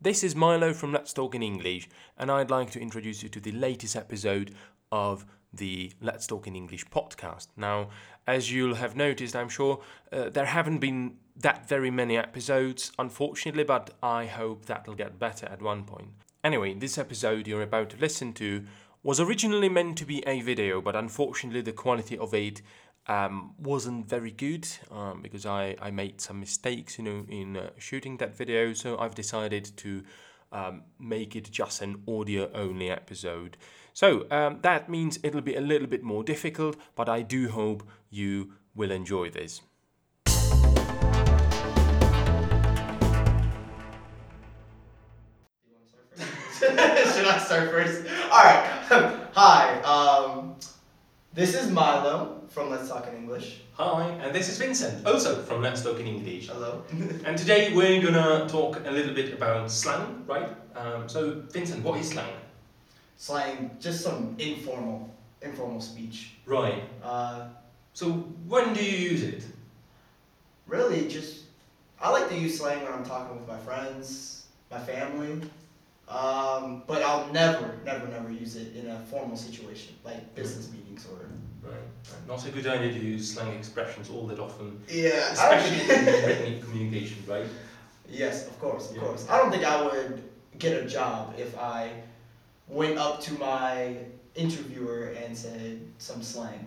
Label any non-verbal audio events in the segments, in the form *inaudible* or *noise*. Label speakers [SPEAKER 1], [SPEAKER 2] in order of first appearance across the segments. [SPEAKER 1] This is Milo from Let's Talk in English, and I'd like to introduce you to the latest episode of the Let's Talk in English podcast. Now, as you'll have noticed, I'm sure, uh, there haven't been that very many episodes, unfortunately, but I hope that'll get better at one point. Anyway, this episode you're about to listen to was originally meant to be a video, but unfortunately, the quality of it um, wasn't very good um, because I, I made some mistakes, you know, in uh, shooting that video. So I've decided to um, make it just an audio only episode. So um, that means it'll be a little bit more difficult, but I do hope you will enjoy this.
[SPEAKER 2] *laughs* Should I start first? Alright. *laughs* Hi. Um, this is Milo from Let's Talk in English.
[SPEAKER 1] Hi, and this is Vincent, also from Let's Talk in English.
[SPEAKER 2] Hello. *laughs*
[SPEAKER 1] And today we're gonna talk a little bit about slang, right? Um, so, Vincent, what is slang?
[SPEAKER 2] Slang, just some informal, informal speech.
[SPEAKER 1] Right.
[SPEAKER 2] Uh,
[SPEAKER 1] So, when do you use it?
[SPEAKER 2] really, just I like to use slang when I'm talking with my friends, my family. Um, but I'll never, never, never use it in a formal situation like business meetings or.
[SPEAKER 1] Right. Not a good idea to use slang expressions all that often,
[SPEAKER 2] *laughs* Yeah.
[SPEAKER 1] especially in written communication, right?
[SPEAKER 2] Yes, of course, of
[SPEAKER 1] Yeah.
[SPEAKER 2] course. I don't think I would get a job if I went up to my interviewer and said some slang.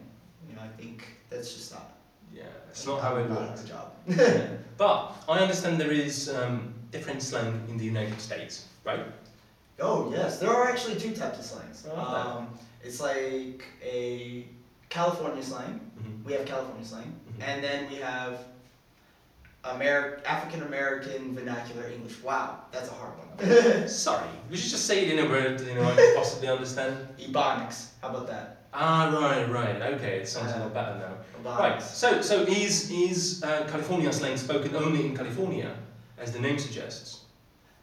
[SPEAKER 2] You know, I think that's just not.
[SPEAKER 1] Yeah, that's not how it
[SPEAKER 2] not
[SPEAKER 1] works.
[SPEAKER 2] A job. *laughs*
[SPEAKER 1] Yeah. but I understand there is um, different slang in the United States, right?
[SPEAKER 2] oh yes, there are actually two types of slangs.
[SPEAKER 1] Oh, okay.
[SPEAKER 2] Um, it's like a California slang.
[SPEAKER 1] Mhm.
[SPEAKER 2] We have California slang,
[SPEAKER 1] Mhm.
[SPEAKER 2] and then we have. Ameri- African American vernacular English. Wow, that's a hard
[SPEAKER 1] *laughs*
[SPEAKER 2] one.
[SPEAKER 1] Sorry, we should just say it in a word you know I can possibly understand.
[SPEAKER 2] Ebonics. How about that?
[SPEAKER 1] Ah, right, right. Okay, it sounds a lot better now.
[SPEAKER 2] Ebonics.
[SPEAKER 1] Right. So, so is is uh, California slang spoken only in California, as the name suggests?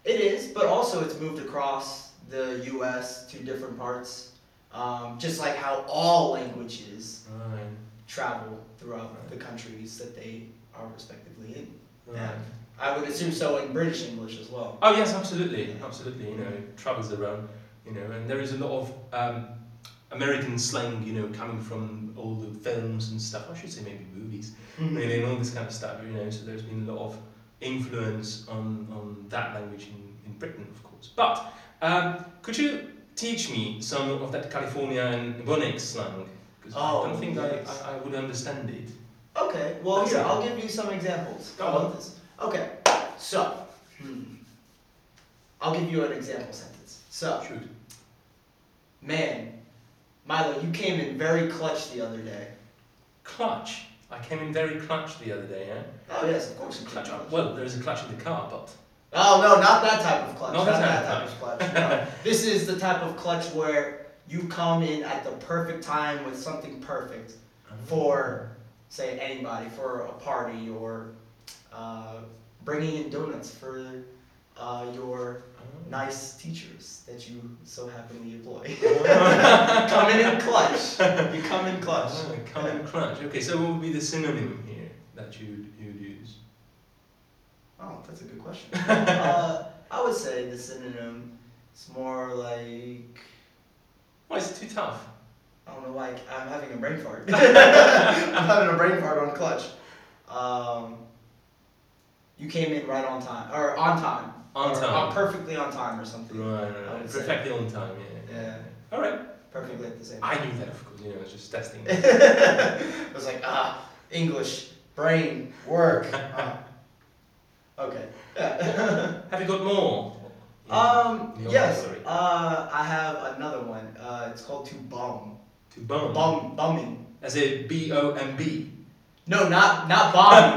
[SPEAKER 2] It is, but also it's moved across the U.S. to different parts, um, just like how all languages
[SPEAKER 1] Right.
[SPEAKER 2] travel throughout
[SPEAKER 1] Right.
[SPEAKER 2] the countries that they are respectively in.
[SPEAKER 1] Right.
[SPEAKER 2] Yeah. I would assume so in British English as well.
[SPEAKER 1] Oh yes, absolutely, absolutely. You know, it travels around. You know, and there is a lot of um, American slang. You know, coming from all the films and stuff. I should say maybe movies.
[SPEAKER 2] Mm-hmm.
[SPEAKER 1] really, and all this kind of stuff, you know. So there's been a lot of influence on, on that language in, in Britain, of course. But um, could you teach me some of that California and Ebonics slang? Because
[SPEAKER 2] Oh,
[SPEAKER 1] I don't think
[SPEAKER 2] yes.
[SPEAKER 1] I, I, I would understand it.
[SPEAKER 2] Okay, well
[SPEAKER 1] That's
[SPEAKER 2] here
[SPEAKER 1] it.
[SPEAKER 2] I'll give you some examples.
[SPEAKER 1] Go
[SPEAKER 2] How about
[SPEAKER 1] on.
[SPEAKER 2] this? Okay, so hmm, I'll give you an example sentence. So,
[SPEAKER 1] Shoot.
[SPEAKER 2] man, Milo, you came in very clutch the other day.
[SPEAKER 1] Clutch. I came in very clutch the other day, eh?
[SPEAKER 2] Oh yes, of course you came
[SPEAKER 1] Clutch. Well, there's a clutch in the car, but.
[SPEAKER 2] Oh no, not that type of clutch.
[SPEAKER 1] Not
[SPEAKER 2] Not,
[SPEAKER 1] that
[SPEAKER 2] that
[SPEAKER 1] type
[SPEAKER 2] type of clutch. *laughs* no. This is the type of clutch where you come in at the perfect time with something perfect for, say, anybody, for a party or uh, bringing in donuts for uh, your nice teachers that you so happily employ. *laughs* come in in clutch. You come in clutch.
[SPEAKER 1] Ah, come in clutch. Okay, so what would be the synonym here that you'd, you'd use?
[SPEAKER 2] Oh, that's a good question. *laughs* uh, I would say the synonym is more like.
[SPEAKER 1] Why is it too tough?
[SPEAKER 2] I don't know, like I'm having a brain fart. *laughs* I'm having a brain fart on clutch. Um, you came in right on time, or on time,
[SPEAKER 1] On
[SPEAKER 2] Or
[SPEAKER 1] time.
[SPEAKER 2] on- perfectly on time, or something.
[SPEAKER 1] Right,
[SPEAKER 2] I
[SPEAKER 1] right,
[SPEAKER 2] would
[SPEAKER 1] right.
[SPEAKER 2] say.
[SPEAKER 1] Perfectly on time, yeah.
[SPEAKER 2] Yeah.
[SPEAKER 1] All right.
[SPEAKER 2] Perfectly at the same. *laughs*
[SPEAKER 1] I knew that, of course. You know, I was just testing.
[SPEAKER 2] I was like, ah, English, brain,
[SPEAKER 1] *laughs*
[SPEAKER 2] work. Ah. okay. Yeah.
[SPEAKER 1] Have you got more?
[SPEAKER 2] um.
[SPEAKER 1] The
[SPEAKER 2] Yes.
[SPEAKER 1] auxiliary.
[SPEAKER 2] Uh, I have another one. Uh, it's called to bum.
[SPEAKER 1] To bum.
[SPEAKER 2] Bum. Bumming.
[SPEAKER 1] As in B O M B.
[SPEAKER 2] No, not not bombing,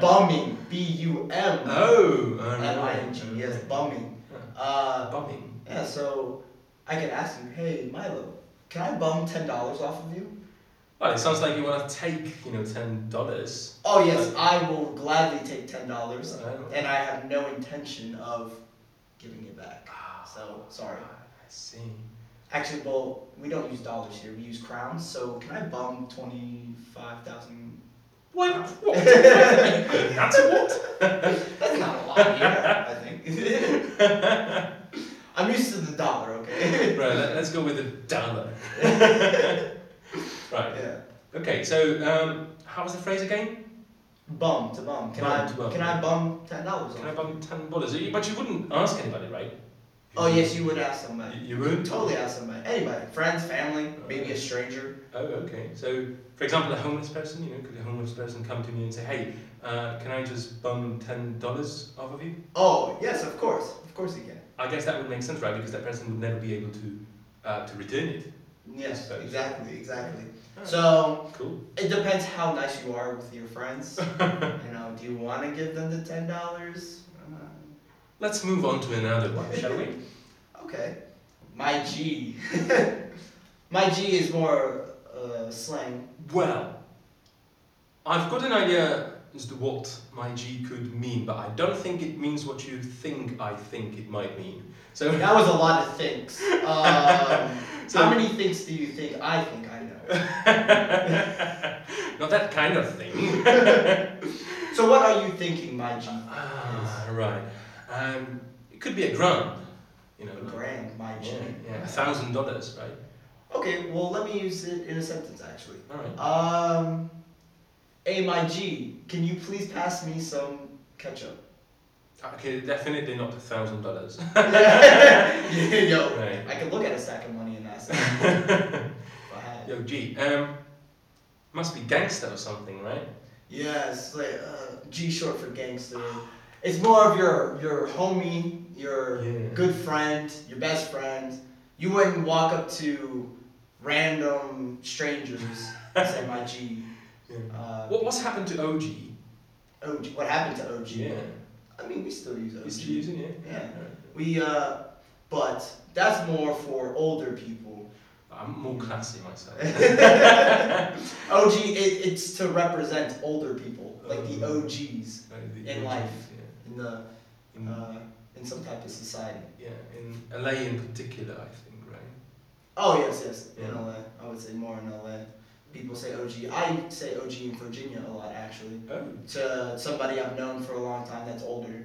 [SPEAKER 1] *laughs*
[SPEAKER 2] bombing, bumming, B U M
[SPEAKER 1] Oh. all right.
[SPEAKER 2] L I N G. Yes, bumming. Uh,
[SPEAKER 1] Bumming.
[SPEAKER 2] yeah. So I can ask you, hey Milo, can I bum ten dollars off of you?
[SPEAKER 1] Well, it sounds like you want to take, you know, ten dollars.
[SPEAKER 2] Oh yes, I will gladly take ten dollars,
[SPEAKER 1] Oh.
[SPEAKER 2] and I have no intention of giving it back. So Ah, sorry.
[SPEAKER 1] I see.
[SPEAKER 2] Actually, well, we don't use dollars here. We use crowns. So can I bum twenty five thousand
[SPEAKER 1] What? What? *laughs* That's a what? *laughs*
[SPEAKER 2] That's not a lot here,
[SPEAKER 3] *laughs*
[SPEAKER 2] I think. *laughs* I'm used to the dollar, okay?
[SPEAKER 3] Right, let, us go with a
[SPEAKER 2] *laughs*
[SPEAKER 3] dollar. right.
[SPEAKER 2] Yeah.
[SPEAKER 3] Okay, so um, how was the phrase again?
[SPEAKER 2] Bum to bum. Can
[SPEAKER 3] Bum
[SPEAKER 2] I
[SPEAKER 3] to bum.
[SPEAKER 2] can I bum ten dollars
[SPEAKER 3] Can
[SPEAKER 2] on?
[SPEAKER 3] I
[SPEAKER 2] you?
[SPEAKER 3] bum ten dollars? You- But you wouldn't ask anybody, right?
[SPEAKER 2] Oh yes, you would ask somebody.
[SPEAKER 3] You, you would.
[SPEAKER 2] Totally ask somebody. Anybody. Friends, family, maybe a stranger.
[SPEAKER 3] Oh, okay. So, for example, a homeless person, you know, could a homeless person come to me and say, "Hey, uh, can I just bum ten dollars off of you?"
[SPEAKER 2] Oh, yes, of course. Of course you can.
[SPEAKER 3] I guess that would make sense, right? Because that person would never be able to uh, to return it.
[SPEAKER 2] Yes,
[SPEAKER 3] Suppose.
[SPEAKER 2] exactly, exactly.
[SPEAKER 3] Ah.
[SPEAKER 2] So
[SPEAKER 3] Cool.
[SPEAKER 2] it depends how nice you are with your friends. you know, do you want to give them the ten dollars? Uh,
[SPEAKER 3] Let's move on to another one, shall we?
[SPEAKER 2] Okay. My G. *laughs* My G is more uh, slang.
[SPEAKER 3] Well, I've got an idea as to what my G could mean, but I don't think it means what you think I think it might mean. So, *laughs*
[SPEAKER 2] That was a lot of things. Um,
[SPEAKER 3] So-
[SPEAKER 2] how many things do you think I think I know?
[SPEAKER 3] not that kind of thing.
[SPEAKER 2] So what are you thinking, my G?
[SPEAKER 3] Ah, right. Um, it could be a grand, you know.
[SPEAKER 2] A
[SPEAKER 3] like-
[SPEAKER 2] grand, my G.
[SPEAKER 3] Yeah, yeah, a thousand dollars, right?
[SPEAKER 2] Okay, well let me use it in a sentence actually.
[SPEAKER 3] All right.
[SPEAKER 2] Um, hey, my G, can you please pass me some ketchup? *laughs*
[SPEAKER 3] Okay, definitely not a thousand dollars.
[SPEAKER 2] Yo,
[SPEAKER 3] Right.
[SPEAKER 2] I could look at a sack of money and
[SPEAKER 3] *laughs*
[SPEAKER 2] ask. if I had.
[SPEAKER 3] Yo, G. Um, must be gangster or something, right?
[SPEAKER 2] Yes, like uh, G short for gangster. It's more of your your homie, your
[SPEAKER 3] Yeah.
[SPEAKER 2] good friend, your best friend. You wouldn't walk up to random strangers and say my
[SPEAKER 3] *laughs*
[SPEAKER 2] G. Uh,
[SPEAKER 3] What what's happened to OG?
[SPEAKER 2] OG. What happened to OG?
[SPEAKER 3] Yeah.
[SPEAKER 2] I mean, we still use OG.
[SPEAKER 3] Is G using it?
[SPEAKER 2] Yeah. We uh, but that's more for older
[SPEAKER 3] *laughs*
[SPEAKER 2] people. *laughs*
[SPEAKER 3] I'm more classy myself.
[SPEAKER 2] OG, it, it's to represent older people, like the
[SPEAKER 3] Oh.
[SPEAKER 2] OGs In life. in the
[SPEAKER 3] Yeah. In,
[SPEAKER 2] uh, in some type of society.
[SPEAKER 3] yeah, in LA in particular, I think, right?
[SPEAKER 2] Oh yes, yes, in
[SPEAKER 3] Yeah.
[SPEAKER 2] LA. I would say more in LA. People say OG. I say OG in Virginia a lot actually.
[SPEAKER 3] Oh,
[SPEAKER 2] To somebody I've known for a long time that's older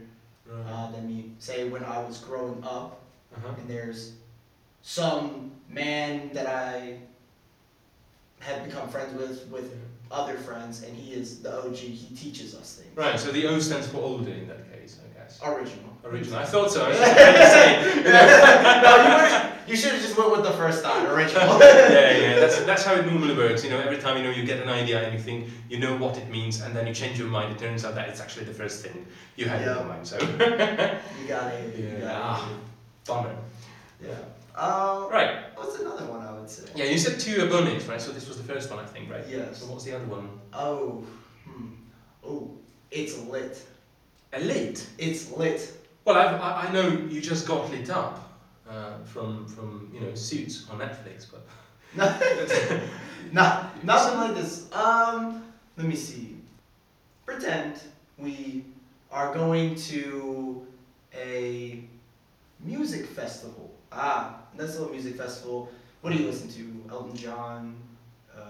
[SPEAKER 3] right.
[SPEAKER 2] uh, than me. Say when I was growing up,
[SPEAKER 3] Uh-huh.
[SPEAKER 2] and there's some man that I have become friends with with other friends, and he is the OG. He teaches us things.
[SPEAKER 3] Right, so the O stands for older in that case, I guess.
[SPEAKER 2] Original. *laughs*
[SPEAKER 3] Original. I thought so. I
[SPEAKER 2] no,
[SPEAKER 3] was just trying to say, you know.
[SPEAKER 2] you, would've- you should have just went with the first time.
[SPEAKER 3] *laughs*
[SPEAKER 2] Original.
[SPEAKER 3] yeah, yeah, that's, that's how it normally works. You know, every time you know you get an idea and you think you know what it means, and then you change your mind. It turns out that it's actually the first thing you had in
[SPEAKER 2] Yeah.
[SPEAKER 3] your mind. So,
[SPEAKER 2] You got it. You got
[SPEAKER 3] Ah, bummer.
[SPEAKER 2] it. Yeah. Um,
[SPEAKER 3] Right.
[SPEAKER 2] What's another one I would say?
[SPEAKER 3] Yeah, you said two abundance, right? So this was the first one, I think, right? So
[SPEAKER 2] Yes.
[SPEAKER 3] what's the other one?
[SPEAKER 2] Oh. Hmm. Oh. It's lit.
[SPEAKER 3] Elite.
[SPEAKER 2] It's lit.
[SPEAKER 3] Well, I've, I I know you just got lit up uh, from from you know Suits on Netflix, but
[SPEAKER 2] *laughs* No, no, nothing like this. Um, let me see. Pretend we are going to a music festival. Ah, nice little music festival. What do you listen to? Elton John, uh,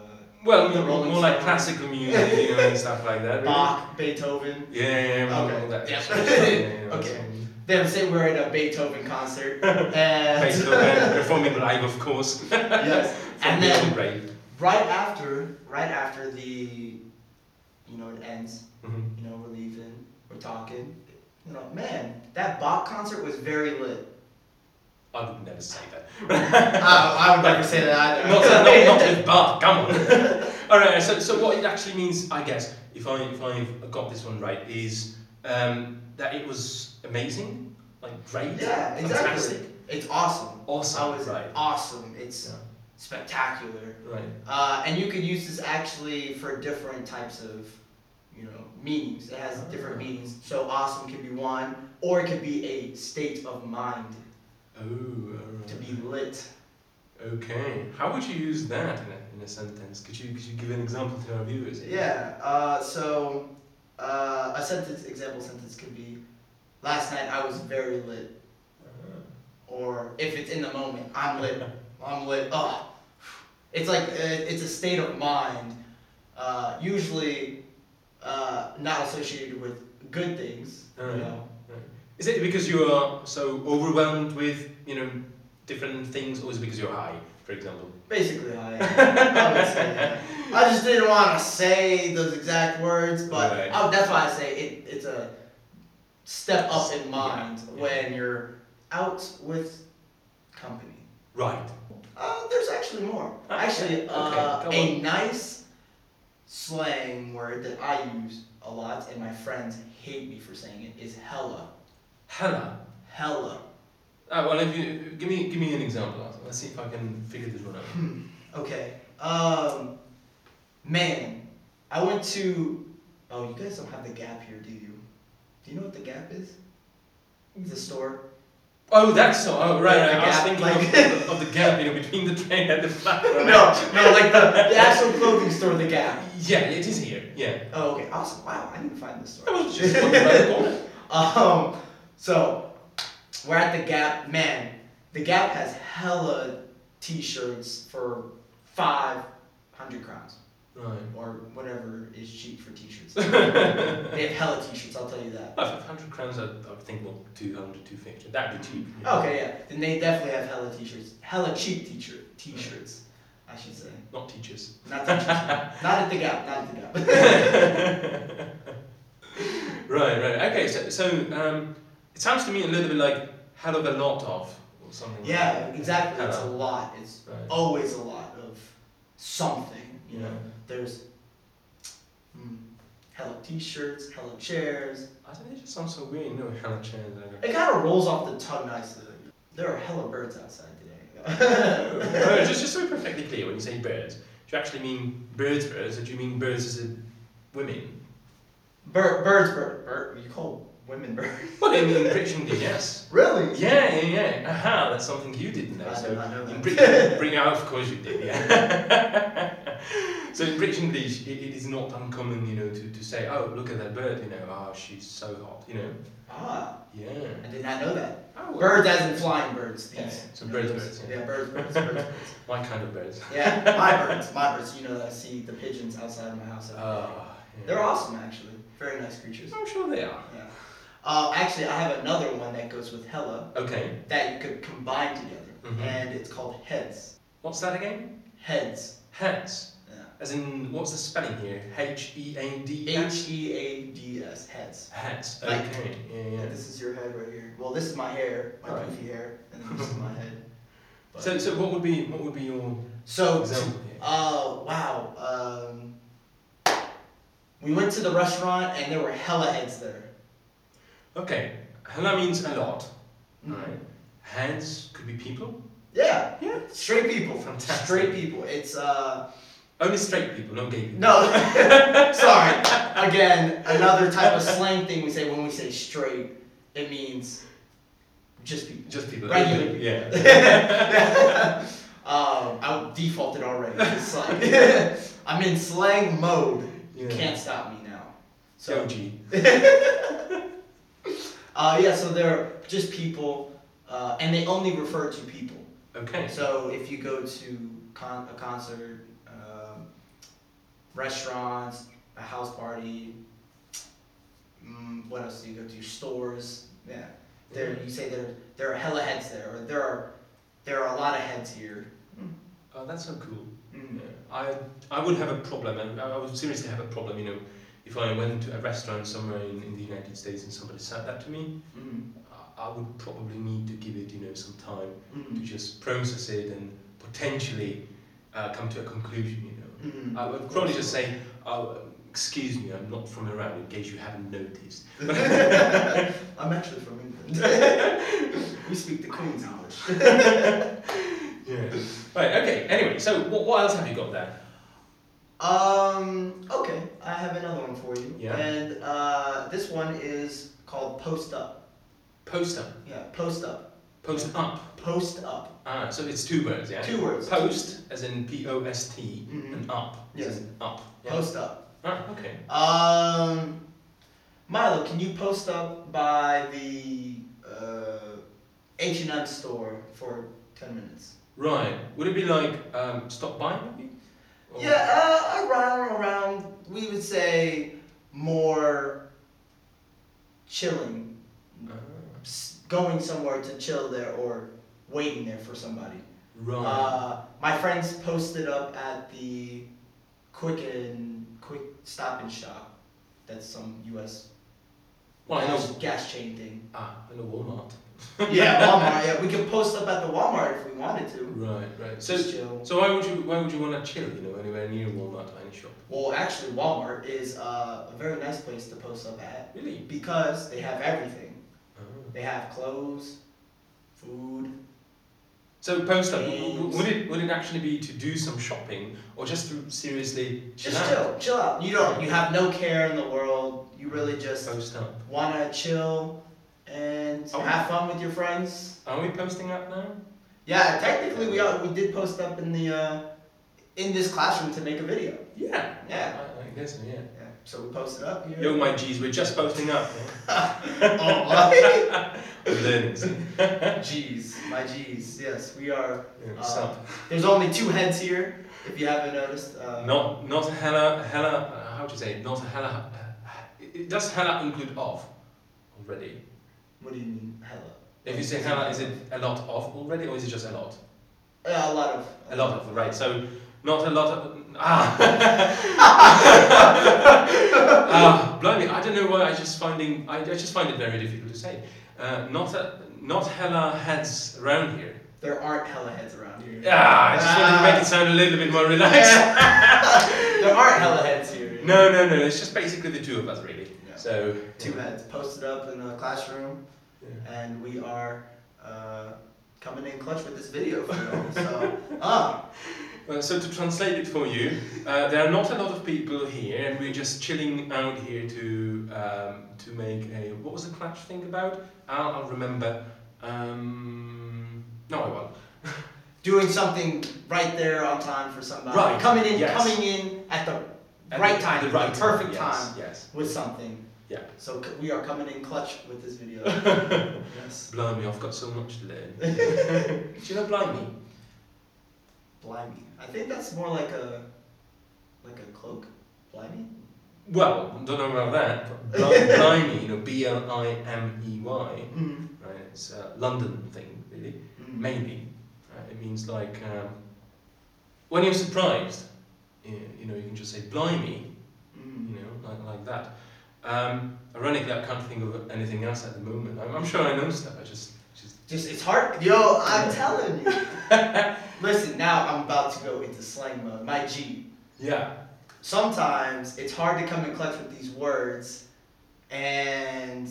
[SPEAKER 3] well,
[SPEAKER 2] The
[SPEAKER 3] more,
[SPEAKER 2] Rolling
[SPEAKER 3] more like
[SPEAKER 2] Stones. *laughs*
[SPEAKER 3] classical music, you know, and stuff like that. Really.
[SPEAKER 2] Bach, Beethoven.
[SPEAKER 3] Yeah, yeah, yeah,
[SPEAKER 2] Okay.
[SPEAKER 3] all that.
[SPEAKER 2] Yeah.
[SPEAKER 3] sort of stuff, yeah, yeah,
[SPEAKER 2] *laughs*
[SPEAKER 3] that's
[SPEAKER 2] Okay.
[SPEAKER 3] all.
[SPEAKER 2] Then say we're at a Beethoven concert,
[SPEAKER 3] *laughs*
[SPEAKER 2] and
[SPEAKER 3] Beethoven performing live, of course. from
[SPEAKER 2] *laughs* yes,
[SPEAKER 3] *laughs*
[SPEAKER 2] and
[SPEAKER 3] the
[SPEAKER 2] then
[SPEAKER 3] old grave.
[SPEAKER 2] right after, right after the, you know, it ends.
[SPEAKER 3] Mhm.
[SPEAKER 2] You know, we're leaving, we're talking. You know, man, that Bach concert was very lit.
[SPEAKER 3] I would never say that.
[SPEAKER 2] *laughs*
[SPEAKER 3] *laughs*
[SPEAKER 2] Oh, I, I would never say that either.
[SPEAKER 3] Not, not,
[SPEAKER 2] *laughs*
[SPEAKER 3] not *laughs* with Bach, come on. *laughs* All right, so, so what it actually means, I guess, if, I, if I've got this one right, is um, that it was amazing, like great,
[SPEAKER 2] yeah, exactly.
[SPEAKER 3] fantastic,
[SPEAKER 2] It's awesome.
[SPEAKER 3] awesome,
[SPEAKER 2] How is
[SPEAKER 3] right?
[SPEAKER 2] it? Awesome. It's
[SPEAKER 3] Yeah.
[SPEAKER 2] spectacular.
[SPEAKER 3] Right.
[SPEAKER 2] Uh, and you could use this actually for different types of, you know, meanings. It has different
[SPEAKER 3] Ah.
[SPEAKER 2] meanings. So awesome can be one, or it could be a state of mind
[SPEAKER 3] Oh, all
[SPEAKER 2] to
[SPEAKER 3] right.
[SPEAKER 2] be lit.
[SPEAKER 3] Okay. How would you use that in a, in a sentence? Could you, could you give an example to our viewers? here?
[SPEAKER 2] Yeah. Uh, so uh, a sentence example sentence could be, last night I was very lit.
[SPEAKER 3] Ah.
[SPEAKER 2] or if it's in the moment, I'm lit, I'm lit. Oh, it's like uh, it's a state of mind. Uh, usually, uh, not associated with good things.
[SPEAKER 3] Alright.
[SPEAKER 2] You know,
[SPEAKER 3] Is it because you are so overwhelmed with you know different things, or is it because you're high, for example?
[SPEAKER 2] basically, I, I would say that. I just didn't want to say those exact words, but
[SPEAKER 3] Right.
[SPEAKER 2] I, that's why I say it, it's a step up in mind
[SPEAKER 3] Yeah.
[SPEAKER 2] when you're out with company.
[SPEAKER 3] Right.
[SPEAKER 2] Uh, there's actually more.
[SPEAKER 3] Okay,
[SPEAKER 2] Actually, uh,
[SPEAKER 3] Ah, okay, go
[SPEAKER 2] a nice slang word that I use a lot, and my friends hate me for saying it, is hella.
[SPEAKER 3] Hannah.
[SPEAKER 2] Hella.
[SPEAKER 3] Ah, well, if you give me give me an example, let's see if I can figure this one out. *laughs*
[SPEAKER 2] Okay. Um, man, I went to. Oh, you guys don't have the Gap here, do you? Do you know what the Gap is? The store.
[SPEAKER 3] Oh, that's so. Oh, right. right. I was
[SPEAKER 2] Yeah,
[SPEAKER 3] thinking
[SPEAKER 2] like-
[SPEAKER 3] of, of the gap, you know, between the train and the
[SPEAKER 2] *laughs*
[SPEAKER 3] platform.
[SPEAKER 2] No, no, like the, the actual clothing store, the Gap.
[SPEAKER 3] Yeah, it is here.
[SPEAKER 2] *laughs*
[SPEAKER 3] Yeah.
[SPEAKER 2] Oh, okay. Awesome. Wow, I need to find this
[SPEAKER 3] I
[SPEAKER 2] store.
[SPEAKER 3] was just wondering about the *laughs* corner.
[SPEAKER 2] Um, so we're at the Gap. Man, the Gap has hella T-shirts for five hundred crowns
[SPEAKER 3] Right.
[SPEAKER 2] or whatever is cheap for
[SPEAKER 3] *laughs*
[SPEAKER 2] T-shirts. they have hella T-shirts. I'll tell you that.
[SPEAKER 3] Oh, 500 crowns, I, I would think, well, 200, 250. That'd be cheap. yeah.
[SPEAKER 2] Okay, yeah. Then they definitely have hella T-shirts. Hella cheap T-shirt T-shirts, I should say.
[SPEAKER 3] Not teachers. *laughs*
[SPEAKER 2] Not T-shirts. not at the Gap. Not at the Gap. *laughs*
[SPEAKER 3] Right, right. Okay, so, so um, it sounds to me a little bit like hell of a lot of or something.
[SPEAKER 2] yeah, exactly. It's a
[SPEAKER 3] Hello.
[SPEAKER 2] lot. It's
[SPEAKER 3] Right.
[SPEAKER 2] always a lot of something. You know,
[SPEAKER 3] Yeah.
[SPEAKER 2] there's mm, hello t-shirts, hello chairs.
[SPEAKER 3] I think it just sounds so weird, you know, hell of chairs. I go,
[SPEAKER 2] It kind of rolls off the tongue nicely. There are hella birds outside
[SPEAKER 3] No, *laughs*
[SPEAKER 2] today.
[SPEAKER 3] no, just, just so we're perfectly clear, when you say birds, do you actually mean birds, birds, or do you mean birds as in women?
[SPEAKER 2] Bird, birds, bird, bird. You call women birds?
[SPEAKER 3] Well, in, in British English, yes.
[SPEAKER 2] Really?
[SPEAKER 3] Yeah, yeah, yeah. Aha, that's something you didn't know.
[SPEAKER 2] I
[SPEAKER 3] so
[SPEAKER 2] did not know
[SPEAKER 3] in
[SPEAKER 2] that.
[SPEAKER 3] British, bring out, of course you did. Yeah. *laughs* so in British English, it, it is not uncommon, you know, to, to say, oh, look at that bird, you know, oh, she's so hot, you know.
[SPEAKER 2] Ah,
[SPEAKER 3] Yeah.
[SPEAKER 2] I did not know that.
[SPEAKER 3] Oh, well,
[SPEAKER 2] Birds, as in flying birds. These.
[SPEAKER 3] Yeah, so
[SPEAKER 2] you know,
[SPEAKER 3] birds,
[SPEAKER 2] those-
[SPEAKER 3] birds, yeah.
[SPEAKER 2] Yeah, birds, birds, birds. birds.
[SPEAKER 3] My kind of birds.
[SPEAKER 2] Yeah, my birds, my birds. You know that I see the pigeons outside of my house. every day.
[SPEAKER 3] Ah, yeah.
[SPEAKER 2] They're awesome, actually. Very nice creatures.
[SPEAKER 3] I'm sure they are.
[SPEAKER 2] Yeah. Uh, actually, I have another one that goes with Hella
[SPEAKER 3] Okay.
[SPEAKER 2] that you could combine together,
[SPEAKER 3] Mhm.
[SPEAKER 2] and it's called Heads.
[SPEAKER 3] What's that again?
[SPEAKER 2] Heads.
[SPEAKER 3] Heads.
[SPEAKER 2] Yeah.
[SPEAKER 3] As in, what's the spelling here? H E A D S?
[SPEAKER 2] H E A D S. Heads.
[SPEAKER 3] Heads.
[SPEAKER 2] Like-
[SPEAKER 3] Okay. Yeah, yeah.
[SPEAKER 2] And this is your head right here. Well, this is my hair, my
[SPEAKER 3] Right.
[SPEAKER 2] goofy hair, and then this is
[SPEAKER 3] *laughs*
[SPEAKER 2] my head. But-
[SPEAKER 3] So, so what would be what would be your
[SPEAKER 2] so,
[SPEAKER 3] example? here?
[SPEAKER 2] uh, wow. Um, we went to the restaurant and there were hella heads there.
[SPEAKER 3] Okay, hella means a lot. Right. Hands could be people.
[SPEAKER 2] Yeah,
[SPEAKER 3] Yeah.
[SPEAKER 2] straight people.
[SPEAKER 3] Fantastic.
[SPEAKER 2] Straight people. It's uh.
[SPEAKER 3] Only straight people, no gay people.
[SPEAKER 2] No, *laughs* sorry. Again, another type of slang thing we say when we say straight, it means just people.
[SPEAKER 3] Just people.
[SPEAKER 2] Regular
[SPEAKER 3] *laughs* okay,
[SPEAKER 2] people. *laughs*
[SPEAKER 3] Yeah.
[SPEAKER 2] Um, I defaulted already. to slang. *laughs* I'm in slang mode. You
[SPEAKER 3] Yeah.
[SPEAKER 2] can't stop me now. So,
[SPEAKER 3] so G.
[SPEAKER 2] uh, yeah, so they're just people, uh, and they only refer to people.
[SPEAKER 3] Okay.
[SPEAKER 2] So if you go to con- a concert, um, restaurants, a house party, mm, what else do you go to? Stores. Yeah, there you say there there are hella heads there, or there are there are a lot of heads here.
[SPEAKER 3] Oh, that's so cool.
[SPEAKER 2] Mm.
[SPEAKER 3] Yeah. I I would have a problem. and I, I would seriously have a problem. You know, if I went to a restaurant somewhere in, in the United States and somebody said that to me,
[SPEAKER 2] Mm.
[SPEAKER 3] I- I would probably need to give it you know some time to
[SPEAKER 2] Mm.
[SPEAKER 3] just process it and potentially uh, come to a conclusion. You know.
[SPEAKER 2] Mm.
[SPEAKER 3] I would probably just say, oh, excuse me, I'm not from around, in case you haven't
[SPEAKER 2] *laughs*
[SPEAKER 3] noticed. *laughs*
[SPEAKER 2] I'm actually from England. *laughs* we speak the Queen's English.
[SPEAKER 3] Yeah. Right, okay, anyway, so what, what else have you got there?
[SPEAKER 2] *laughs* Um. Okay, I have another one for you.
[SPEAKER 3] Yeah.
[SPEAKER 2] And uh, this one is called post up.
[SPEAKER 3] Post up.
[SPEAKER 2] Yeah, post up.
[SPEAKER 3] Post up.
[SPEAKER 2] Post up.
[SPEAKER 3] Ah, so it's two words, yeah?
[SPEAKER 2] Two words.
[SPEAKER 3] Post, as in P O S T,
[SPEAKER 2] Mhm.
[SPEAKER 3] and up. as
[SPEAKER 2] Yes.
[SPEAKER 3] in Up. Yeah.
[SPEAKER 2] Post up.
[SPEAKER 3] Ah, okay.
[SPEAKER 2] Um, Milo, can you post up by the uh, H and M store for ten minutes?
[SPEAKER 3] Right, would it be like um, stop by maybe? Or-
[SPEAKER 2] Yeah, uh, around around we would say more chilling,
[SPEAKER 3] Ah,
[SPEAKER 2] s- going somewhere to chill there or waiting there for somebody.
[SPEAKER 3] right.
[SPEAKER 2] Uh, my friends posted up at the Quick and Quick Stop and Shop. That's some U.S.
[SPEAKER 3] well, I
[SPEAKER 2] gas,
[SPEAKER 3] know.
[SPEAKER 2] gas chain
[SPEAKER 3] *laughs*
[SPEAKER 2] thing.
[SPEAKER 3] Ah, I know Walmart.
[SPEAKER 2] Yeah, Walmart. Yeah, we could post up at the Walmart if we wanted to.
[SPEAKER 3] Right, right. So,
[SPEAKER 2] Just chill.
[SPEAKER 3] so why would you why would you want to chill? You know, anywhere near Walmart, any shop.
[SPEAKER 2] Well, actually, Walmart is uh, a very nice place to post up at
[SPEAKER 3] Really?
[SPEAKER 2] because they have everything.
[SPEAKER 3] Ah.
[SPEAKER 2] They have clothes, food.
[SPEAKER 3] So post up. w- w- Would it would it actually be to do some shopping or just to seriously chill
[SPEAKER 2] Just
[SPEAKER 3] out?
[SPEAKER 2] chill, chill out. You don't. You have no care in the world. You really just
[SPEAKER 3] Post up.
[SPEAKER 2] wanna chill and
[SPEAKER 3] Oh.
[SPEAKER 2] have fun with your friends.
[SPEAKER 3] Are we posting up now?
[SPEAKER 2] Yeah, technically we are, we did post up in the uh, in this classroom to make a video.
[SPEAKER 3] Yeah.
[SPEAKER 2] Yeah.
[SPEAKER 3] I, I guess so. Yeah.
[SPEAKER 2] Yeah. So we posted up here.
[SPEAKER 3] Yo, my G's, we're just posting up. yeah.
[SPEAKER 2] *laughs* Oh, my-
[SPEAKER 3] We're learning. so- *laughs*
[SPEAKER 2] Jeez, my jeez. Yes, we are.
[SPEAKER 3] yeah,
[SPEAKER 2] Uh,
[SPEAKER 3] so-
[SPEAKER 2] There's only two heads here, if you haven't noticed. Uh,
[SPEAKER 3] Not not hella hella. Uh, how to say it? Not hella. Uh, does hella include of already?
[SPEAKER 2] What do you mean, hella?
[SPEAKER 3] If you say hella, is it a lot of already, or is it just a lot?
[SPEAKER 2] Yeah, Uh, a lot of.
[SPEAKER 3] A lot of right. So not a lot of ah. *laughs* ah blimey, I don't know why. I just finding I, I just find it very difficult to say. Uh, not a, not hella heads around here.
[SPEAKER 2] There aren't hella heads around here.
[SPEAKER 3] Ah, I just wanted to make it sound a little bit more relaxed.
[SPEAKER 2] There aren't hella heads here.
[SPEAKER 3] No, no, no. It's just basically the two of us really.
[SPEAKER 2] Yeah.
[SPEAKER 3] So
[SPEAKER 2] Two heads posted up in a classroom, and we are uh, coming in clutch with this video for y'all. So, ah,
[SPEAKER 3] Well, Uh, so to translate it for you, uh, there are not a lot of people here, and we're just chilling out here to um, to make a what was the clutch thing about? I'll, I'll remember. Um, no, I won't.
[SPEAKER 2] doing something right there on time for somebody.
[SPEAKER 3] Right,
[SPEAKER 2] Coming in,
[SPEAKER 3] yes.
[SPEAKER 2] coming in at the
[SPEAKER 3] At
[SPEAKER 2] right
[SPEAKER 3] the-
[SPEAKER 2] time,
[SPEAKER 3] the right
[SPEAKER 2] perfect
[SPEAKER 3] yes,
[SPEAKER 2] time
[SPEAKER 3] Yes.
[SPEAKER 2] with something.
[SPEAKER 3] Yeah.
[SPEAKER 2] So c- we are coming in clutch with this
[SPEAKER 3] *laughs*
[SPEAKER 2] video. yes.
[SPEAKER 3] Blimey, I've got so much to learn. Do you know blimey?
[SPEAKER 2] Blimey. I think that's more like a like a cloak. Blimey.
[SPEAKER 3] Well, don't know about that. But bli- blimey, you know, B L I M E Y.
[SPEAKER 2] Mm.
[SPEAKER 3] Right, it's a London thing, really.
[SPEAKER 2] Mm-hmm.
[SPEAKER 3] Maybe. Uh, it means like um, when you're surprised, you, you know, you can just say blimey, you
[SPEAKER 2] Mm.
[SPEAKER 3] know, like, like that. Um, ironically, I can't think of anything else at the moment. I'm, I'm sure I know stuff. I just, just *laughs*
[SPEAKER 2] Just it's hard. Yo, I'm
[SPEAKER 3] Yeah.
[SPEAKER 2] telling you. *laughs* Listen, now I'm about to go into slang mode. My G.
[SPEAKER 3] yeah,
[SPEAKER 2] Sometimes it's hard to come in clutch with these words, and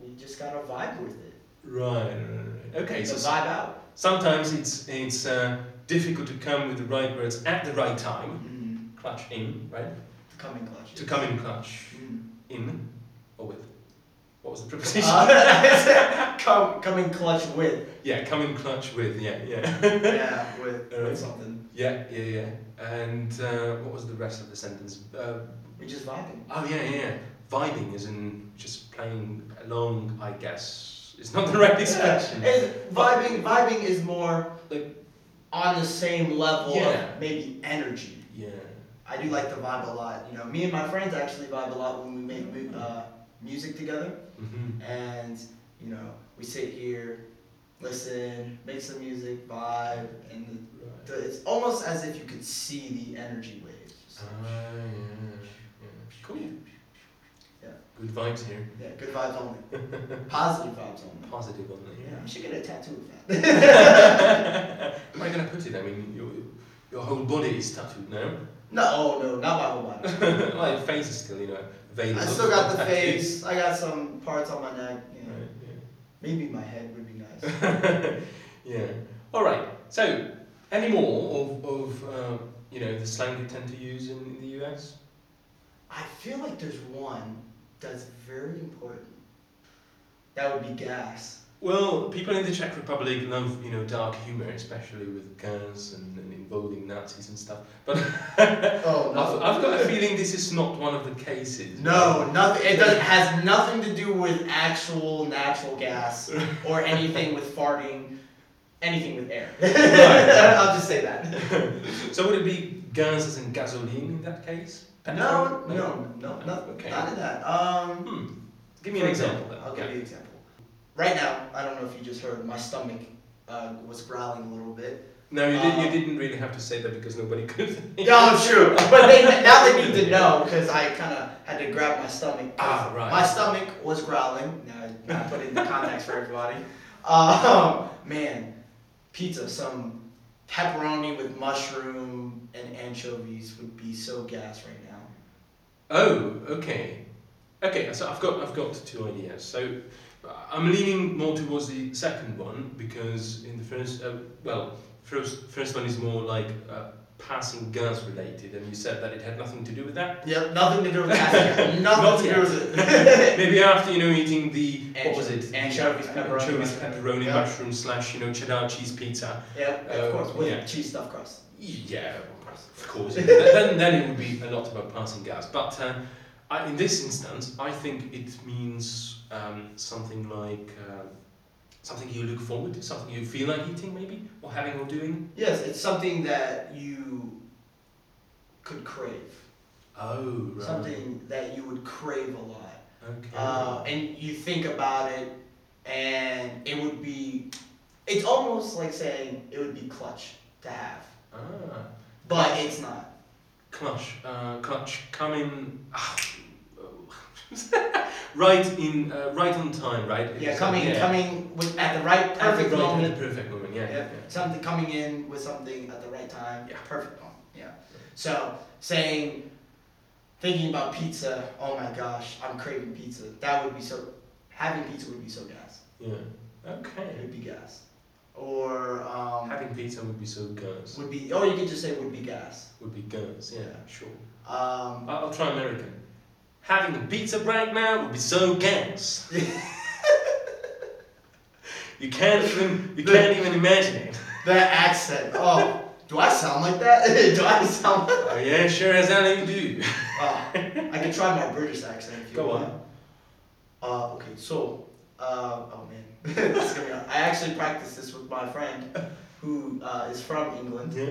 [SPEAKER 2] we just gotta vibe with it.
[SPEAKER 3] right, right, right, right. Okay,
[SPEAKER 2] It's
[SPEAKER 3] so
[SPEAKER 2] a
[SPEAKER 3] s-
[SPEAKER 2] vibe out.
[SPEAKER 3] sometimes it's it's uh, difficult to come with the right words at the right time.
[SPEAKER 2] Mm.
[SPEAKER 3] Clutch in, right?
[SPEAKER 2] To come in clutch. *laughs*
[SPEAKER 3] To come in clutch
[SPEAKER 2] Mm.
[SPEAKER 3] in or with. What was the preposition?
[SPEAKER 2] Uh, come, come in clutch with.
[SPEAKER 3] yeah, come in clutch with. Yeah, yeah. *laughs*
[SPEAKER 2] Yeah, with,
[SPEAKER 3] Alright.
[SPEAKER 2] with something.
[SPEAKER 3] Yeah, yeah, yeah. And uh, what was the rest of the sentence? Uh,
[SPEAKER 2] We just vibing.
[SPEAKER 3] oh, yeah, yeah, yeah. Vibing is in just playing along, I guess. It's not the right expression.
[SPEAKER 2] And vibing, vibing is more
[SPEAKER 3] Like-
[SPEAKER 2] on the same level
[SPEAKER 3] Yeah.
[SPEAKER 2] of maybe energy.
[SPEAKER 3] Yeah.
[SPEAKER 2] I do like to vibe a lot. You know, me and my friends actually vibe a lot when we make mu- uh, music together,
[SPEAKER 3] hmm
[SPEAKER 2] and you know, we sit here, listen, make some music, vibe, and
[SPEAKER 3] Right.
[SPEAKER 2] the, it's almost as if you could see the energy waves.
[SPEAKER 3] Ah, yeah, yeah. Cool.
[SPEAKER 2] Yeah.
[SPEAKER 3] Good vibes here. *laughs*
[SPEAKER 2] Yeah, good vibes only. Positive vibes only.
[SPEAKER 3] Positive only.
[SPEAKER 2] Yeah,
[SPEAKER 3] Yeah.
[SPEAKER 2] I should get a tattoo of that. *laughs*
[SPEAKER 3] Where am I going to put it? I mean, your, your whole body is tattooed now. *laughs*
[SPEAKER 2] no, oh no, not my whole body.
[SPEAKER 3] well, your face is still, you know, available.
[SPEAKER 2] I still got
[SPEAKER 3] *laughs*
[SPEAKER 2] the
[SPEAKER 3] Tattoos.
[SPEAKER 2] face. I got some parts on my neck. You know,
[SPEAKER 3] Right, yeah.
[SPEAKER 2] maybe my head would be nice.
[SPEAKER 3] *laughs* yeah. All right. So, any more of, of uh, you know the slang you tend to use in, in the US?
[SPEAKER 2] I feel like there's one that's very important. That would be gas.
[SPEAKER 3] Well, people in the Czech Republic love you know dark humor, especially with guns and, and involving Nazis and stuff. But *laughs*
[SPEAKER 2] Oh
[SPEAKER 3] I've, I've got a feeling this is not one of the cases. *laughs*
[SPEAKER 2] No, nothing. It does, has nothing to do with actual natural
[SPEAKER 3] *laughs*
[SPEAKER 2] gas or anything with farting, anything with air. *laughs* I'll just say that.
[SPEAKER 3] so would it be guns as in gasoline in that case?
[SPEAKER 2] No,
[SPEAKER 3] Penetrate?
[SPEAKER 2] no, no, not,
[SPEAKER 3] Okay.
[SPEAKER 2] not in that. Um,
[SPEAKER 3] Hmm. Give me
[SPEAKER 2] for
[SPEAKER 3] an example. then.
[SPEAKER 2] I'll
[SPEAKER 3] Yeah.
[SPEAKER 2] give you an example. Right now, I don't know if you just heard, my stomach uh, was growling a little bit.
[SPEAKER 3] No, you, did, you
[SPEAKER 2] Uh,
[SPEAKER 3] didn't really have to say that because nobody *laughs*
[SPEAKER 2] *laughs*
[SPEAKER 3] could.
[SPEAKER 2] Yeah, I'm sure. Oh, But they, now they *laughs* need to know because I kind of had to grab my stomach.
[SPEAKER 3] Ah, right.
[SPEAKER 2] My stomach was growling. Now I, I put it in the context for everybody. Um, man, pizza, some pepperoni with mushroom and anchovies would be so gas right now.
[SPEAKER 3] Oh, okay. Okay, so I've got I've got two ideas. So uh, I'm leaning more towards the second one because in the first uh, well first first one is more like uh, passing gas related, and you said that it had nothing to do with that.
[SPEAKER 2] Yep, nothing to do with *laughs* that. nothing to do with it.
[SPEAKER 3] Maybe after you know eating the what was
[SPEAKER 2] Anchovies.
[SPEAKER 3] it?
[SPEAKER 2] Anchovies, pepperoni,
[SPEAKER 3] anchovies,
[SPEAKER 2] mushroom.
[SPEAKER 3] pepperoni,
[SPEAKER 2] Yeah.
[SPEAKER 3] mushroom slash you know cheddar cheese pizza.
[SPEAKER 2] yeah,
[SPEAKER 3] Uh,
[SPEAKER 2] of course, with
[SPEAKER 3] yeah.
[SPEAKER 2] cheese stuffed crust.
[SPEAKER 3] Yeah, of course. Of course. *laughs* Th- then, then it would be a lot about passing gas. But uh, I, in this instance, I think it means um, something like uh, something you look forward to, something you feel like eating, maybe, or having or doing.
[SPEAKER 2] Yes, it's something that you could crave.
[SPEAKER 3] Oh, right.
[SPEAKER 2] Something that you would crave a lot.
[SPEAKER 3] Okay.
[SPEAKER 2] uh, and you think about it, and it would be, it's almost like saying it would be clutch to have,
[SPEAKER 3] ah,
[SPEAKER 2] but it's not.
[SPEAKER 3] clutch. Uh, clutch. Come in. ah, *laughs* right in. Uh, right on time. Right. It
[SPEAKER 2] Yeah,
[SPEAKER 3] was,
[SPEAKER 2] coming,
[SPEAKER 3] yeah.
[SPEAKER 2] coming with, at the right,
[SPEAKER 3] At the
[SPEAKER 2] perfect
[SPEAKER 3] right- at
[SPEAKER 2] moment.
[SPEAKER 3] the perfect moment. Yeah.
[SPEAKER 2] Yeah,
[SPEAKER 3] yeah.
[SPEAKER 2] something coming in with something at the right time.
[SPEAKER 3] Yeah.
[SPEAKER 2] perfect moment. Yeah. So saying, thinking about pizza. Oh my gosh, I'm craving pizza. That would be so. Having pizza would be so gas.
[SPEAKER 3] yeah.
[SPEAKER 2] It
[SPEAKER 3] Okay.
[SPEAKER 2] would be gas. Or um,
[SPEAKER 3] Having pizza would be so gas.
[SPEAKER 2] would be, or you could just say would be gas.
[SPEAKER 3] would be guns. Yeah, sure.
[SPEAKER 2] Um,
[SPEAKER 3] I- I'll try American. Having a pizza right now would be so gans. you can't even you can't even imagine it.
[SPEAKER 2] That accent. Oh, do I sound like that? *laughs* do I sound? Like...
[SPEAKER 3] *laughs* Oh yeah, sure as hell you do.
[SPEAKER 2] Oh,
[SPEAKER 3] Ah. *laughs*
[SPEAKER 2] I can try my British accent if you
[SPEAKER 3] Go
[SPEAKER 2] want.
[SPEAKER 3] on.
[SPEAKER 2] Uh, okay, so, uh, oh man, *laughs* this is gonna be hard. I actually practiced this with my friend, who uh, is from England.
[SPEAKER 3] Yeah.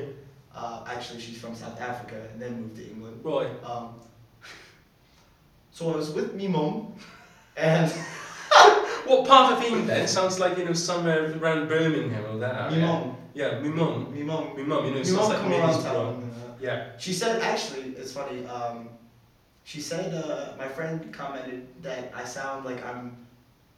[SPEAKER 2] Uh, actually, she's from South Africa and then moved to England.
[SPEAKER 3] Right.
[SPEAKER 2] Um, so I was with me mum, and *laughs*
[SPEAKER 3] What part of England sounds like you know somewhere around Birmingham or that?
[SPEAKER 2] me
[SPEAKER 3] area?
[SPEAKER 2] mum,
[SPEAKER 3] Yeah, me mum.
[SPEAKER 2] me mum,
[SPEAKER 3] Me mum. You know,
[SPEAKER 2] me
[SPEAKER 3] sounds
[SPEAKER 2] mum
[SPEAKER 3] like
[SPEAKER 2] come
[SPEAKER 3] Middlesbrough.
[SPEAKER 2] around town. uh,
[SPEAKER 3] Yeah.
[SPEAKER 2] She said, actually, it's funny. Um, she said, uh, my friend commented that I sound like I'm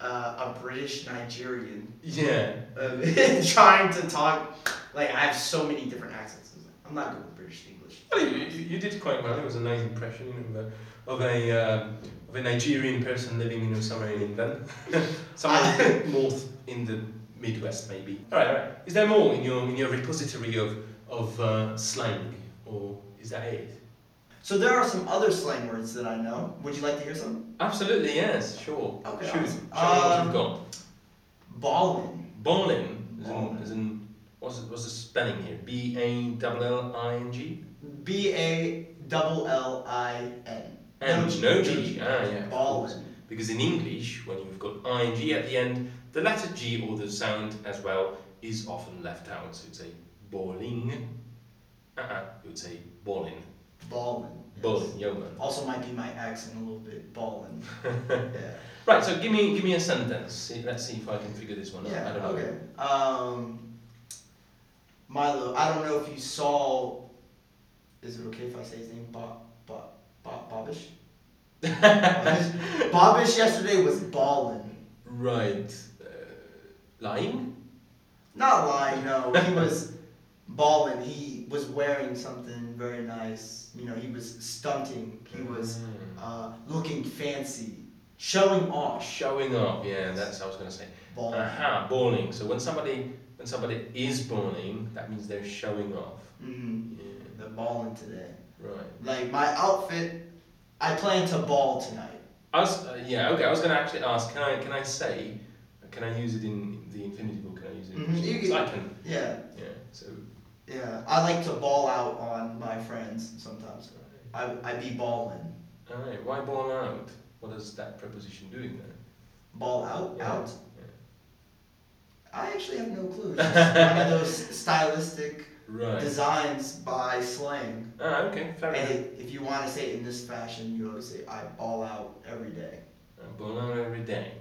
[SPEAKER 2] uh, a British Nigerian
[SPEAKER 3] Yeah.
[SPEAKER 2] uh, *laughs* trying to talk. Like, I have so many different accents. I was like, I'm not good with British English.
[SPEAKER 3] Well, you, you you did quite well. It was a nice impression you know, of a of a, um, of a Nigerian person living you know, somewhere in England, *laughs* somewhere
[SPEAKER 2] Ah.
[SPEAKER 3] *laughs* north in the Midwest, maybe. All right, all right. Is there more in your in your repository of of uh, slang, or is that it?
[SPEAKER 2] So, there are some other slang words that I know. Would you like to hear some?
[SPEAKER 3] Absolutely, yes, sure.
[SPEAKER 2] Okay,
[SPEAKER 3] Shoot,
[SPEAKER 2] awesome.
[SPEAKER 3] show me what
[SPEAKER 2] Um,
[SPEAKER 3] you've got.
[SPEAKER 2] Ballin.
[SPEAKER 3] Ballin, as in,
[SPEAKER 2] Ballin.
[SPEAKER 3] as in what's the, what's the spelling here? B A L L I N G.
[SPEAKER 2] B A double L I N.
[SPEAKER 3] And no G. Ah, yeah. of course.
[SPEAKER 2] Ballin.
[SPEAKER 3] Because in English, when you've got ing at the end, the letter g or the sound as well is often left out. So you'd say balling. Uh uh You would say ballin.
[SPEAKER 2] Ballin. yes.
[SPEAKER 3] Ballin, yeoman.
[SPEAKER 2] Also, might be my accent a little bit. Ballin.
[SPEAKER 3] *laughs*
[SPEAKER 2] yeah.
[SPEAKER 3] Right, so give me give me a sentence. See, let's see if I can figure this one out. I
[SPEAKER 2] Yeah,
[SPEAKER 3] don't know.
[SPEAKER 2] okay. Um, Milo, I don't know if you saw. Is it okay if I say his name? Bob, Bob, Bob,
[SPEAKER 3] *laughs*
[SPEAKER 2] Bobish? Bobish? Bobish yesterday was balling.
[SPEAKER 3] Right. Uh, lying?
[SPEAKER 2] Not lying, no.
[SPEAKER 3] *laughs*
[SPEAKER 2] He was balling. He was wearing something very nice. You know, he was stunting. He was
[SPEAKER 3] Mm.
[SPEAKER 2] uh, looking fancy. Showing off.
[SPEAKER 3] Showing off, yeah, that's what I was going to say.
[SPEAKER 2] Balling.
[SPEAKER 3] Aha, balling. So when somebody when somebody is balling, that means they're showing off.
[SPEAKER 2] Mm,
[SPEAKER 3] Yeah,
[SPEAKER 2] the balling today.
[SPEAKER 3] right.
[SPEAKER 2] Like, my outfit, I plan to ball tonight.
[SPEAKER 3] I was, uh, yeah, okay. I was going to actually ask, can I can I say, can I use it in the infinitive or can I use it? In
[SPEAKER 2] Mhm,
[SPEAKER 3] mm
[SPEAKER 2] you
[SPEAKER 3] I can.
[SPEAKER 2] Yeah,
[SPEAKER 3] Yeah. So.
[SPEAKER 2] yeah. I like to ball out on my friends sometimes. I, I be balling.
[SPEAKER 3] All right. Why ball out? What is that preposition doing there?
[SPEAKER 2] Ball out?
[SPEAKER 3] Yeah,
[SPEAKER 2] Out?
[SPEAKER 3] yeah. *laughs*
[SPEAKER 2] I actually have no clue. It's just one of those stylistic
[SPEAKER 3] Right.
[SPEAKER 2] designs by slang.
[SPEAKER 3] Ah, okay. Fair enough.
[SPEAKER 2] And if you want to say it in this fashion, you always say, I ball out every day.
[SPEAKER 3] I ball Uh, out every day.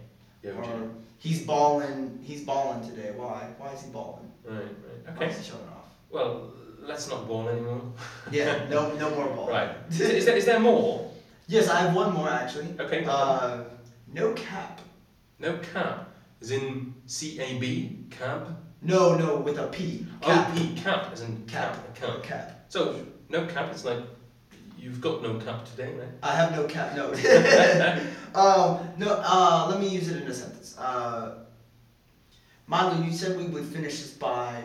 [SPEAKER 3] Yeah, okay.
[SPEAKER 2] Or, he's balling, he's balling today. Why? Why is he balling?
[SPEAKER 3] Right, right.
[SPEAKER 2] Why
[SPEAKER 3] Okay.
[SPEAKER 2] is he showing off?
[SPEAKER 3] Well, let's not ball anymore. *laughs*
[SPEAKER 2] Yeah, no, no more balling. *laughs*
[SPEAKER 3] Right. Is, is, there, is there more?
[SPEAKER 2] Yes, I have one more actually.
[SPEAKER 3] Okay.
[SPEAKER 2] Uh, no cap.
[SPEAKER 3] no cap. As in C A B cap.
[SPEAKER 2] No, no, with a P.
[SPEAKER 3] Oh, P cap. As in cap. Cap.
[SPEAKER 2] Cap.
[SPEAKER 3] So no cap. It's like you've got no cap today, right?
[SPEAKER 2] I have no cap. No. *laughs* um, no. Uh, let me use it in a sentence. Uh, Milo, you said we would finish this by,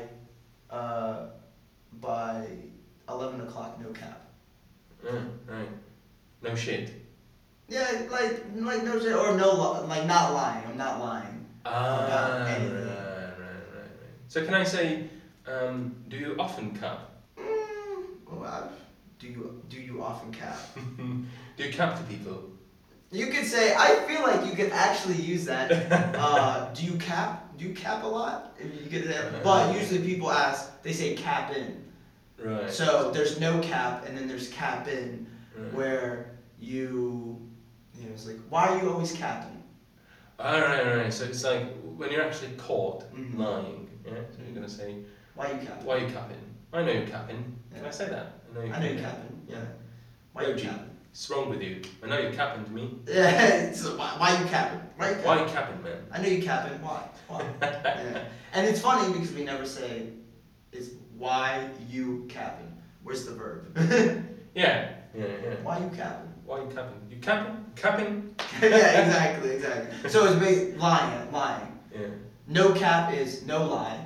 [SPEAKER 2] uh, by eleven o'clock. No cap.
[SPEAKER 3] Right, Hmm, right. No shit.
[SPEAKER 2] Yeah, like like no shit or no li- like not lying. I'm not lying.
[SPEAKER 3] Ah, right,
[SPEAKER 2] anything.
[SPEAKER 3] right, right, right. So can I say, um, do you often cap? *laughs*
[SPEAKER 2] Mm, well, I, do you do you often cap?
[SPEAKER 3] do you cap to people?
[SPEAKER 2] You could say I feel like you could actually use that. Uh, do you cap? Do you cap a lot? You could, say- but usually people ask. They say cap in.
[SPEAKER 3] Right.
[SPEAKER 2] So there's no cap, and then there's cap in,
[SPEAKER 3] right.
[SPEAKER 2] where you, you know, it's like why are you always capping?
[SPEAKER 3] All ah, right, all right. So it's like when you're actually caught
[SPEAKER 2] Mhm.
[SPEAKER 3] lying. Yeah. So you're gonna say,
[SPEAKER 2] Why are you capping?
[SPEAKER 3] "Why are you capping?" I know you're capping. Can
[SPEAKER 2] Yeah.
[SPEAKER 3] I say that? I know
[SPEAKER 2] I know you're capping. Yeah. Why are you
[SPEAKER 3] OG.
[SPEAKER 2] capping? *laughs*
[SPEAKER 3] What's wrong with you? I know you're capping to me.
[SPEAKER 2] Yeah. so why, why you capping? Why you capping?
[SPEAKER 3] Why are you capping, man?
[SPEAKER 2] I know you capping. Why? Why? yeah. And it's funny because we never say, it's why you capping. Where's the verb? *laughs*
[SPEAKER 3] Yeah. Yeah, yeah.
[SPEAKER 2] why you capping? *laughs*
[SPEAKER 3] Why are you capping? You capping? Capping?
[SPEAKER 2] yeah, exactly, exactly. So it's basically lying, lying.
[SPEAKER 3] Yeah.
[SPEAKER 2] No cap is no lie,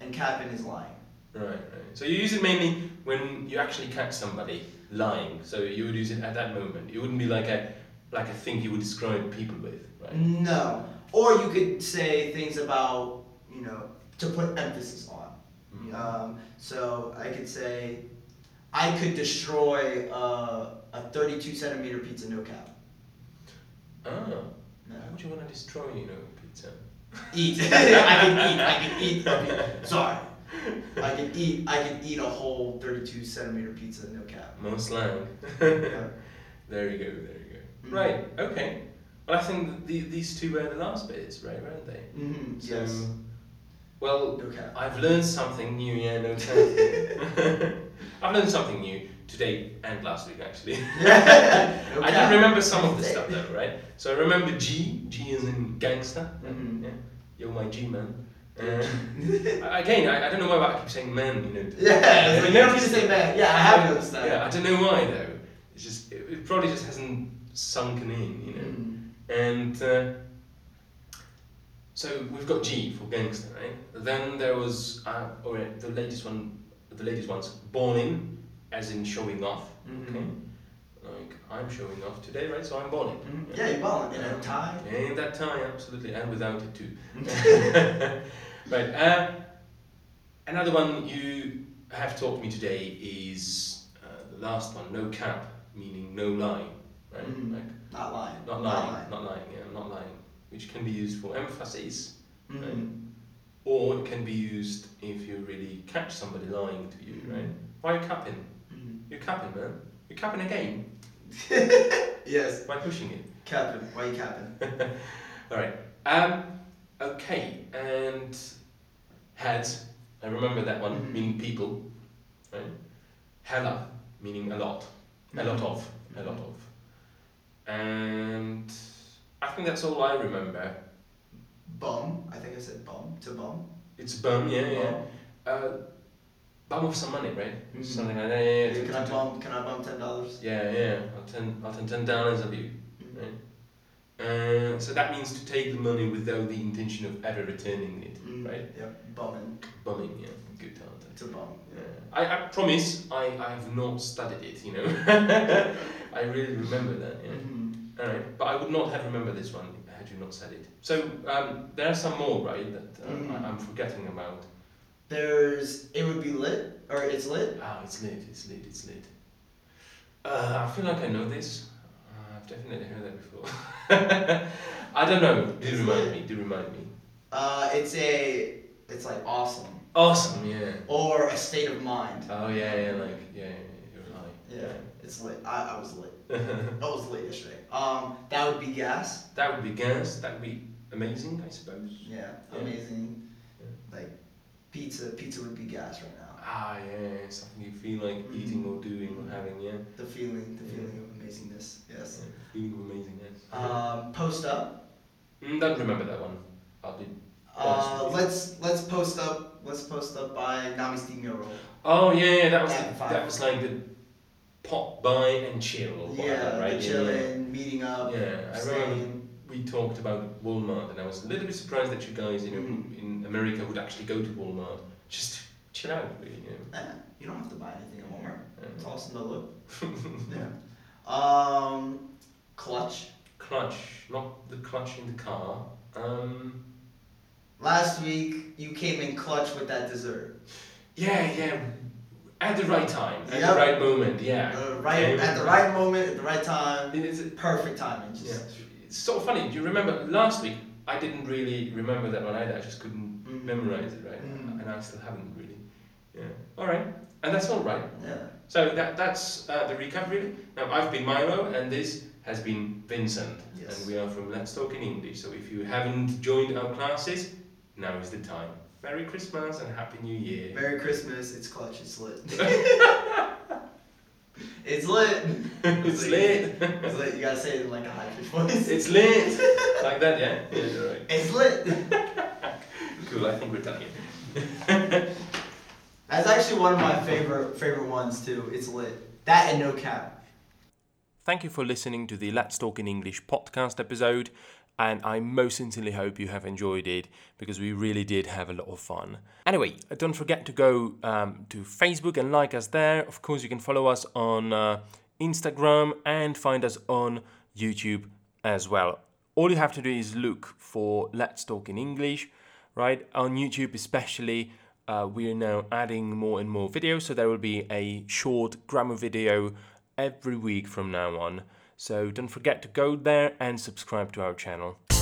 [SPEAKER 2] and capping is lying.
[SPEAKER 3] Right, right. So you use it mainly when you actually catch somebody lying. So you would use it at that moment. It wouldn't be like a like a thing you would describe people with, right?
[SPEAKER 2] No. Or you could say things about, you know, to put emphasis on. Um, so I could say, I could destroy a, a 32 centimeter pizza, no cap. Mm.
[SPEAKER 3] Ah.
[SPEAKER 2] No.
[SPEAKER 3] Why would you want to destroy, you know,
[SPEAKER 2] *laughs*
[SPEAKER 3] pizza?
[SPEAKER 2] eat. I can eat. I can eat. a pi- Sorry. I can eat. I can eat a whole 32 centimeter pizza, no cap.
[SPEAKER 3] More slang.
[SPEAKER 2] Yeah.
[SPEAKER 3] *laughs* There you go, there you go.
[SPEAKER 2] Mhm.
[SPEAKER 3] Right, okay. Well, I think the, these two were the last bits, right, weren't they?
[SPEAKER 2] Mm-hmm. Yes.
[SPEAKER 3] So- Well,
[SPEAKER 2] No *laughs* cap.
[SPEAKER 3] I've learned something new, yeah,
[SPEAKER 2] *laughs*
[SPEAKER 3] no doubt. *laughs* I've learned something new today and last
[SPEAKER 2] *laughs*
[SPEAKER 3] week, actually. *laughs*
[SPEAKER 2] No
[SPEAKER 3] I
[SPEAKER 2] cap.
[SPEAKER 3] do remember some of the
[SPEAKER 2] *laughs*
[SPEAKER 3] stuff, though, right? So I remember G. G is in gangster.
[SPEAKER 2] Mhm.
[SPEAKER 3] Yeah. Yo, my G, man. Uh, I- again, I, I don't know why but I keep saying man, you know.
[SPEAKER 2] *laughs* yeah.
[SPEAKER 3] I
[SPEAKER 2] But you don't need to
[SPEAKER 3] noticed-
[SPEAKER 2] say man. Yeah, I have noticed that.
[SPEAKER 3] Yeah, I don't know why though. It's just it, it probably just hasn't sunken in, you know.
[SPEAKER 2] Mhm.
[SPEAKER 3] And uh, so we've got G for gangster, right? Then there was uh, or uh, the latest one, the latest ones, born in, as in showing off. Okay,
[SPEAKER 2] Mhm.
[SPEAKER 3] like I'm showing off today, right? So I'm born in.
[SPEAKER 2] Mhm. Yeah, you're balling in a tie.
[SPEAKER 3] In that tie, absolutely, and without it too. *laughs* right. Uh, another one you have taught me today is uh, the last one. No cap, meaning no lying. Right.
[SPEAKER 2] Mhm.
[SPEAKER 3] Like,
[SPEAKER 2] Not lying.
[SPEAKER 3] Mm. not lying. Not lying. Yeah, not lying. Which can be used for emphasis,
[SPEAKER 2] Mhm.
[SPEAKER 3] or it can be used if you really catch somebody lying to you. Right. Why are you capping?
[SPEAKER 2] Mhm.
[SPEAKER 3] You're capping, man. You're capping again
[SPEAKER 2] Yes.
[SPEAKER 3] by pushing it.
[SPEAKER 2] Capping. Why you capping?
[SPEAKER 3] All right. Um, okay, and heads. I remember that one,
[SPEAKER 2] Mhm.
[SPEAKER 3] meaning people. Right? Hella, meaning a lot. A
[SPEAKER 2] Mm-hmm.
[SPEAKER 3] lot of. A lot of. And I think that's all I remember.
[SPEAKER 2] Bum. I think I said bum to bum.
[SPEAKER 3] It's bum, yeah, yeah.
[SPEAKER 2] Bum.
[SPEAKER 3] Uh, bum of some money, right?
[SPEAKER 2] Mhm.
[SPEAKER 3] Something like that. Yeah, yeah.
[SPEAKER 2] Can I bum? Can I bum ten dollars?
[SPEAKER 3] Yeah, yeah. I'll turn, I'll turn ten dollars of you.
[SPEAKER 2] Mhm.
[SPEAKER 3] Right? Uh, so that means to take the money without the intention of ever returning it.
[SPEAKER 2] Mhm.
[SPEAKER 3] Right.
[SPEAKER 2] Yep. Bumming
[SPEAKER 3] Bumming, yeah. Good talent. eh?
[SPEAKER 2] to bum.
[SPEAKER 3] Yeah. I, I promise I, I have not studied it, you know. *laughs* I really remember that, yeah.
[SPEAKER 2] Mhm.
[SPEAKER 3] Alright, but I would not have remembered this one had you not said it. So um, there are some more, right, that uh,
[SPEAKER 2] Mhm.
[SPEAKER 3] I, I'm forgetting about.
[SPEAKER 2] There's it would be lit or it's lit.
[SPEAKER 3] Ah, it's lit, it's lit, it's lit. Uh, I feel like I know this. Uh, I've definitely heard that before. *laughs* I don't know. Do
[SPEAKER 2] It's
[SPEAKER 3] remind
[SPEAKER 2] lit.
[SPEAKER 3] me, do remind me.
[SPEAKER 2] Uh, it's a it's like awesome
[SPEAKER 3] Awesome, yeah.
[SPEAKER 2] or a state of mind.
[SPEAKER 3] Oh, yeah, yeah, like, yeah, yeah,
[SPEAKER 2] Yeah,
[SPEAKER 3] you're right.
[SPEAKER 2] it's lit. I, I was
[SPEAKER 3] *laughs*
[SPEAKER 2] lit.
[SPEAKER 3] Yeah.
[SPEAKER 2] I was lit yesterday. Um, that would be gas.
[SPEAKER 3] that would be gas, that would be amazing, I suppose.
[SPEAKER 2] Yeah,
[SPEAKER 3] Yeah.
[SPEAKER 2] amazing. Like pizza, pizza would be gas right now.
[SPEAKER 3] Ah, yeah, yeah, something you feel like eating or doing or having, yeah.
[SPEAKER 2] The feeling, the
[SPEAKER 3] Yeah.
[SPEAKER 2] feeling of amazingness. Yes.
[SPEAKER 3] yeah. Feeling of amazingness.
[SPEAKER 2] Um, post up.
[SPEAKER 3] Mm, don't remember that one. I did.
[SPEAKER 2] Uh, let's let's post up. Let's post up by Nami Steam Mural.
[SPEAKER 3] Oh, yeah, yeah, that was,
[SPEAKER 2] Yeah,
[SPEAKER 3] the,
[SPEAKER 2] fine.
[SPEAKER 3] that was like the pop, buy, and chill, or whatever,
[SPEAKER 2] Yeah,
[SPEAKER 3] right?
[SPEAKER 2] the chilling, meeting up.
[SPEAKER 3] Yeah, I remember
[SPEAKER 2] staying.
[SPEAKER 3] we talked about Walmart, and I was a little bit surprised that you guys, you know,
[SPEAKER 2] Mhm.
[SPEAKER 3] in America would actually go to Walmart just to chill out, really. You know.
[SPEAKER 2] Eh, you don't have to buy anything at Walmart. It's
[SPEAKER 3] Yeah.
[SPEAKER 2] awesome to look.
[SPEAKER 3] *laughs*
[SPEAKER 2] yeah. Um, clutch.
[SPEAKER 3] Clutch, not the clutch in the car. Um,
[SPEAKER 2] Last week you came in clutch with that dessert.
[SPEAKER 3] yeah, yeah, at the right time, at
[SPEAKER 2] Yep.
[SPEAKER 3] the right moment. Yeah,
[SPEAKER 2] Uh, right
[SPEAKER 3] Okay.
[SPEAKER 2] at the right moment, at the right
[SPEAKER 3] I
[SPEAKER 2] time.
[SPEAKER 3] mean, it's,
[SPEAKER 2] Perfect timing. Just,
[SPEAKER 3] yeah. it's so funny. Do you remember last week? I didn't really remember that one either. I just couldn't
[SPEAKER 2] Mhm.
[SPEAKER 3] memorize it, right?
[SPEAKER 2] Mhm.
[SPEAKER 3] And I still haven't really. Yeah. All right, and that's all right.
[SPEAKER 2] Yeah.
[SPEAKER 3] So that, that's uh, the recap, really. Now, I've been Milo, and this has been Vincent.
[SPEAKER 2] Yes.
[SPEAKER 3] And we are from Let's Talk in English. So if you haven't joined our classes, now is the time. Merry Christmas and Happy New Year.
[SPEAKER 2] Merry Christmas. It's clutch. It's
[SPEAKER 3] *laughs*
[SPEAKER 2] lit. it's lit.
[SPEAKER 3] *laughs* it's lit.
[SPEAKER 2] It's lit. You gotta say it in like a high pitched voice.
[SPEAKER 3] *laughs* it's lit. like that, yeah? Yeah, you're right.
[SPEAKER 2] It's lit.
[SPEAKER 3] Cool, I think we're done here.
[SPEAKER 2] That's actually one of my favorite favorite ones too. It's lit. That and no cap.
[SPEAKER 1] Thank you for listening to the Let's Talk in English podcast episode, and I most sincerely hope you have enjoyed it because we really did have a lot of fun. Anyway, don't forget to go um, to Facebook and like us there. Of course, you can follow us on uh, Instagram and find us on YouTube as well. All you have to do is look for Let's Talk in English, right? On YouTube, especially, uh, we are now adding more and more videos, so there will be a short grammar video every week from now on. So don't forget to go there and subscribe to our channel.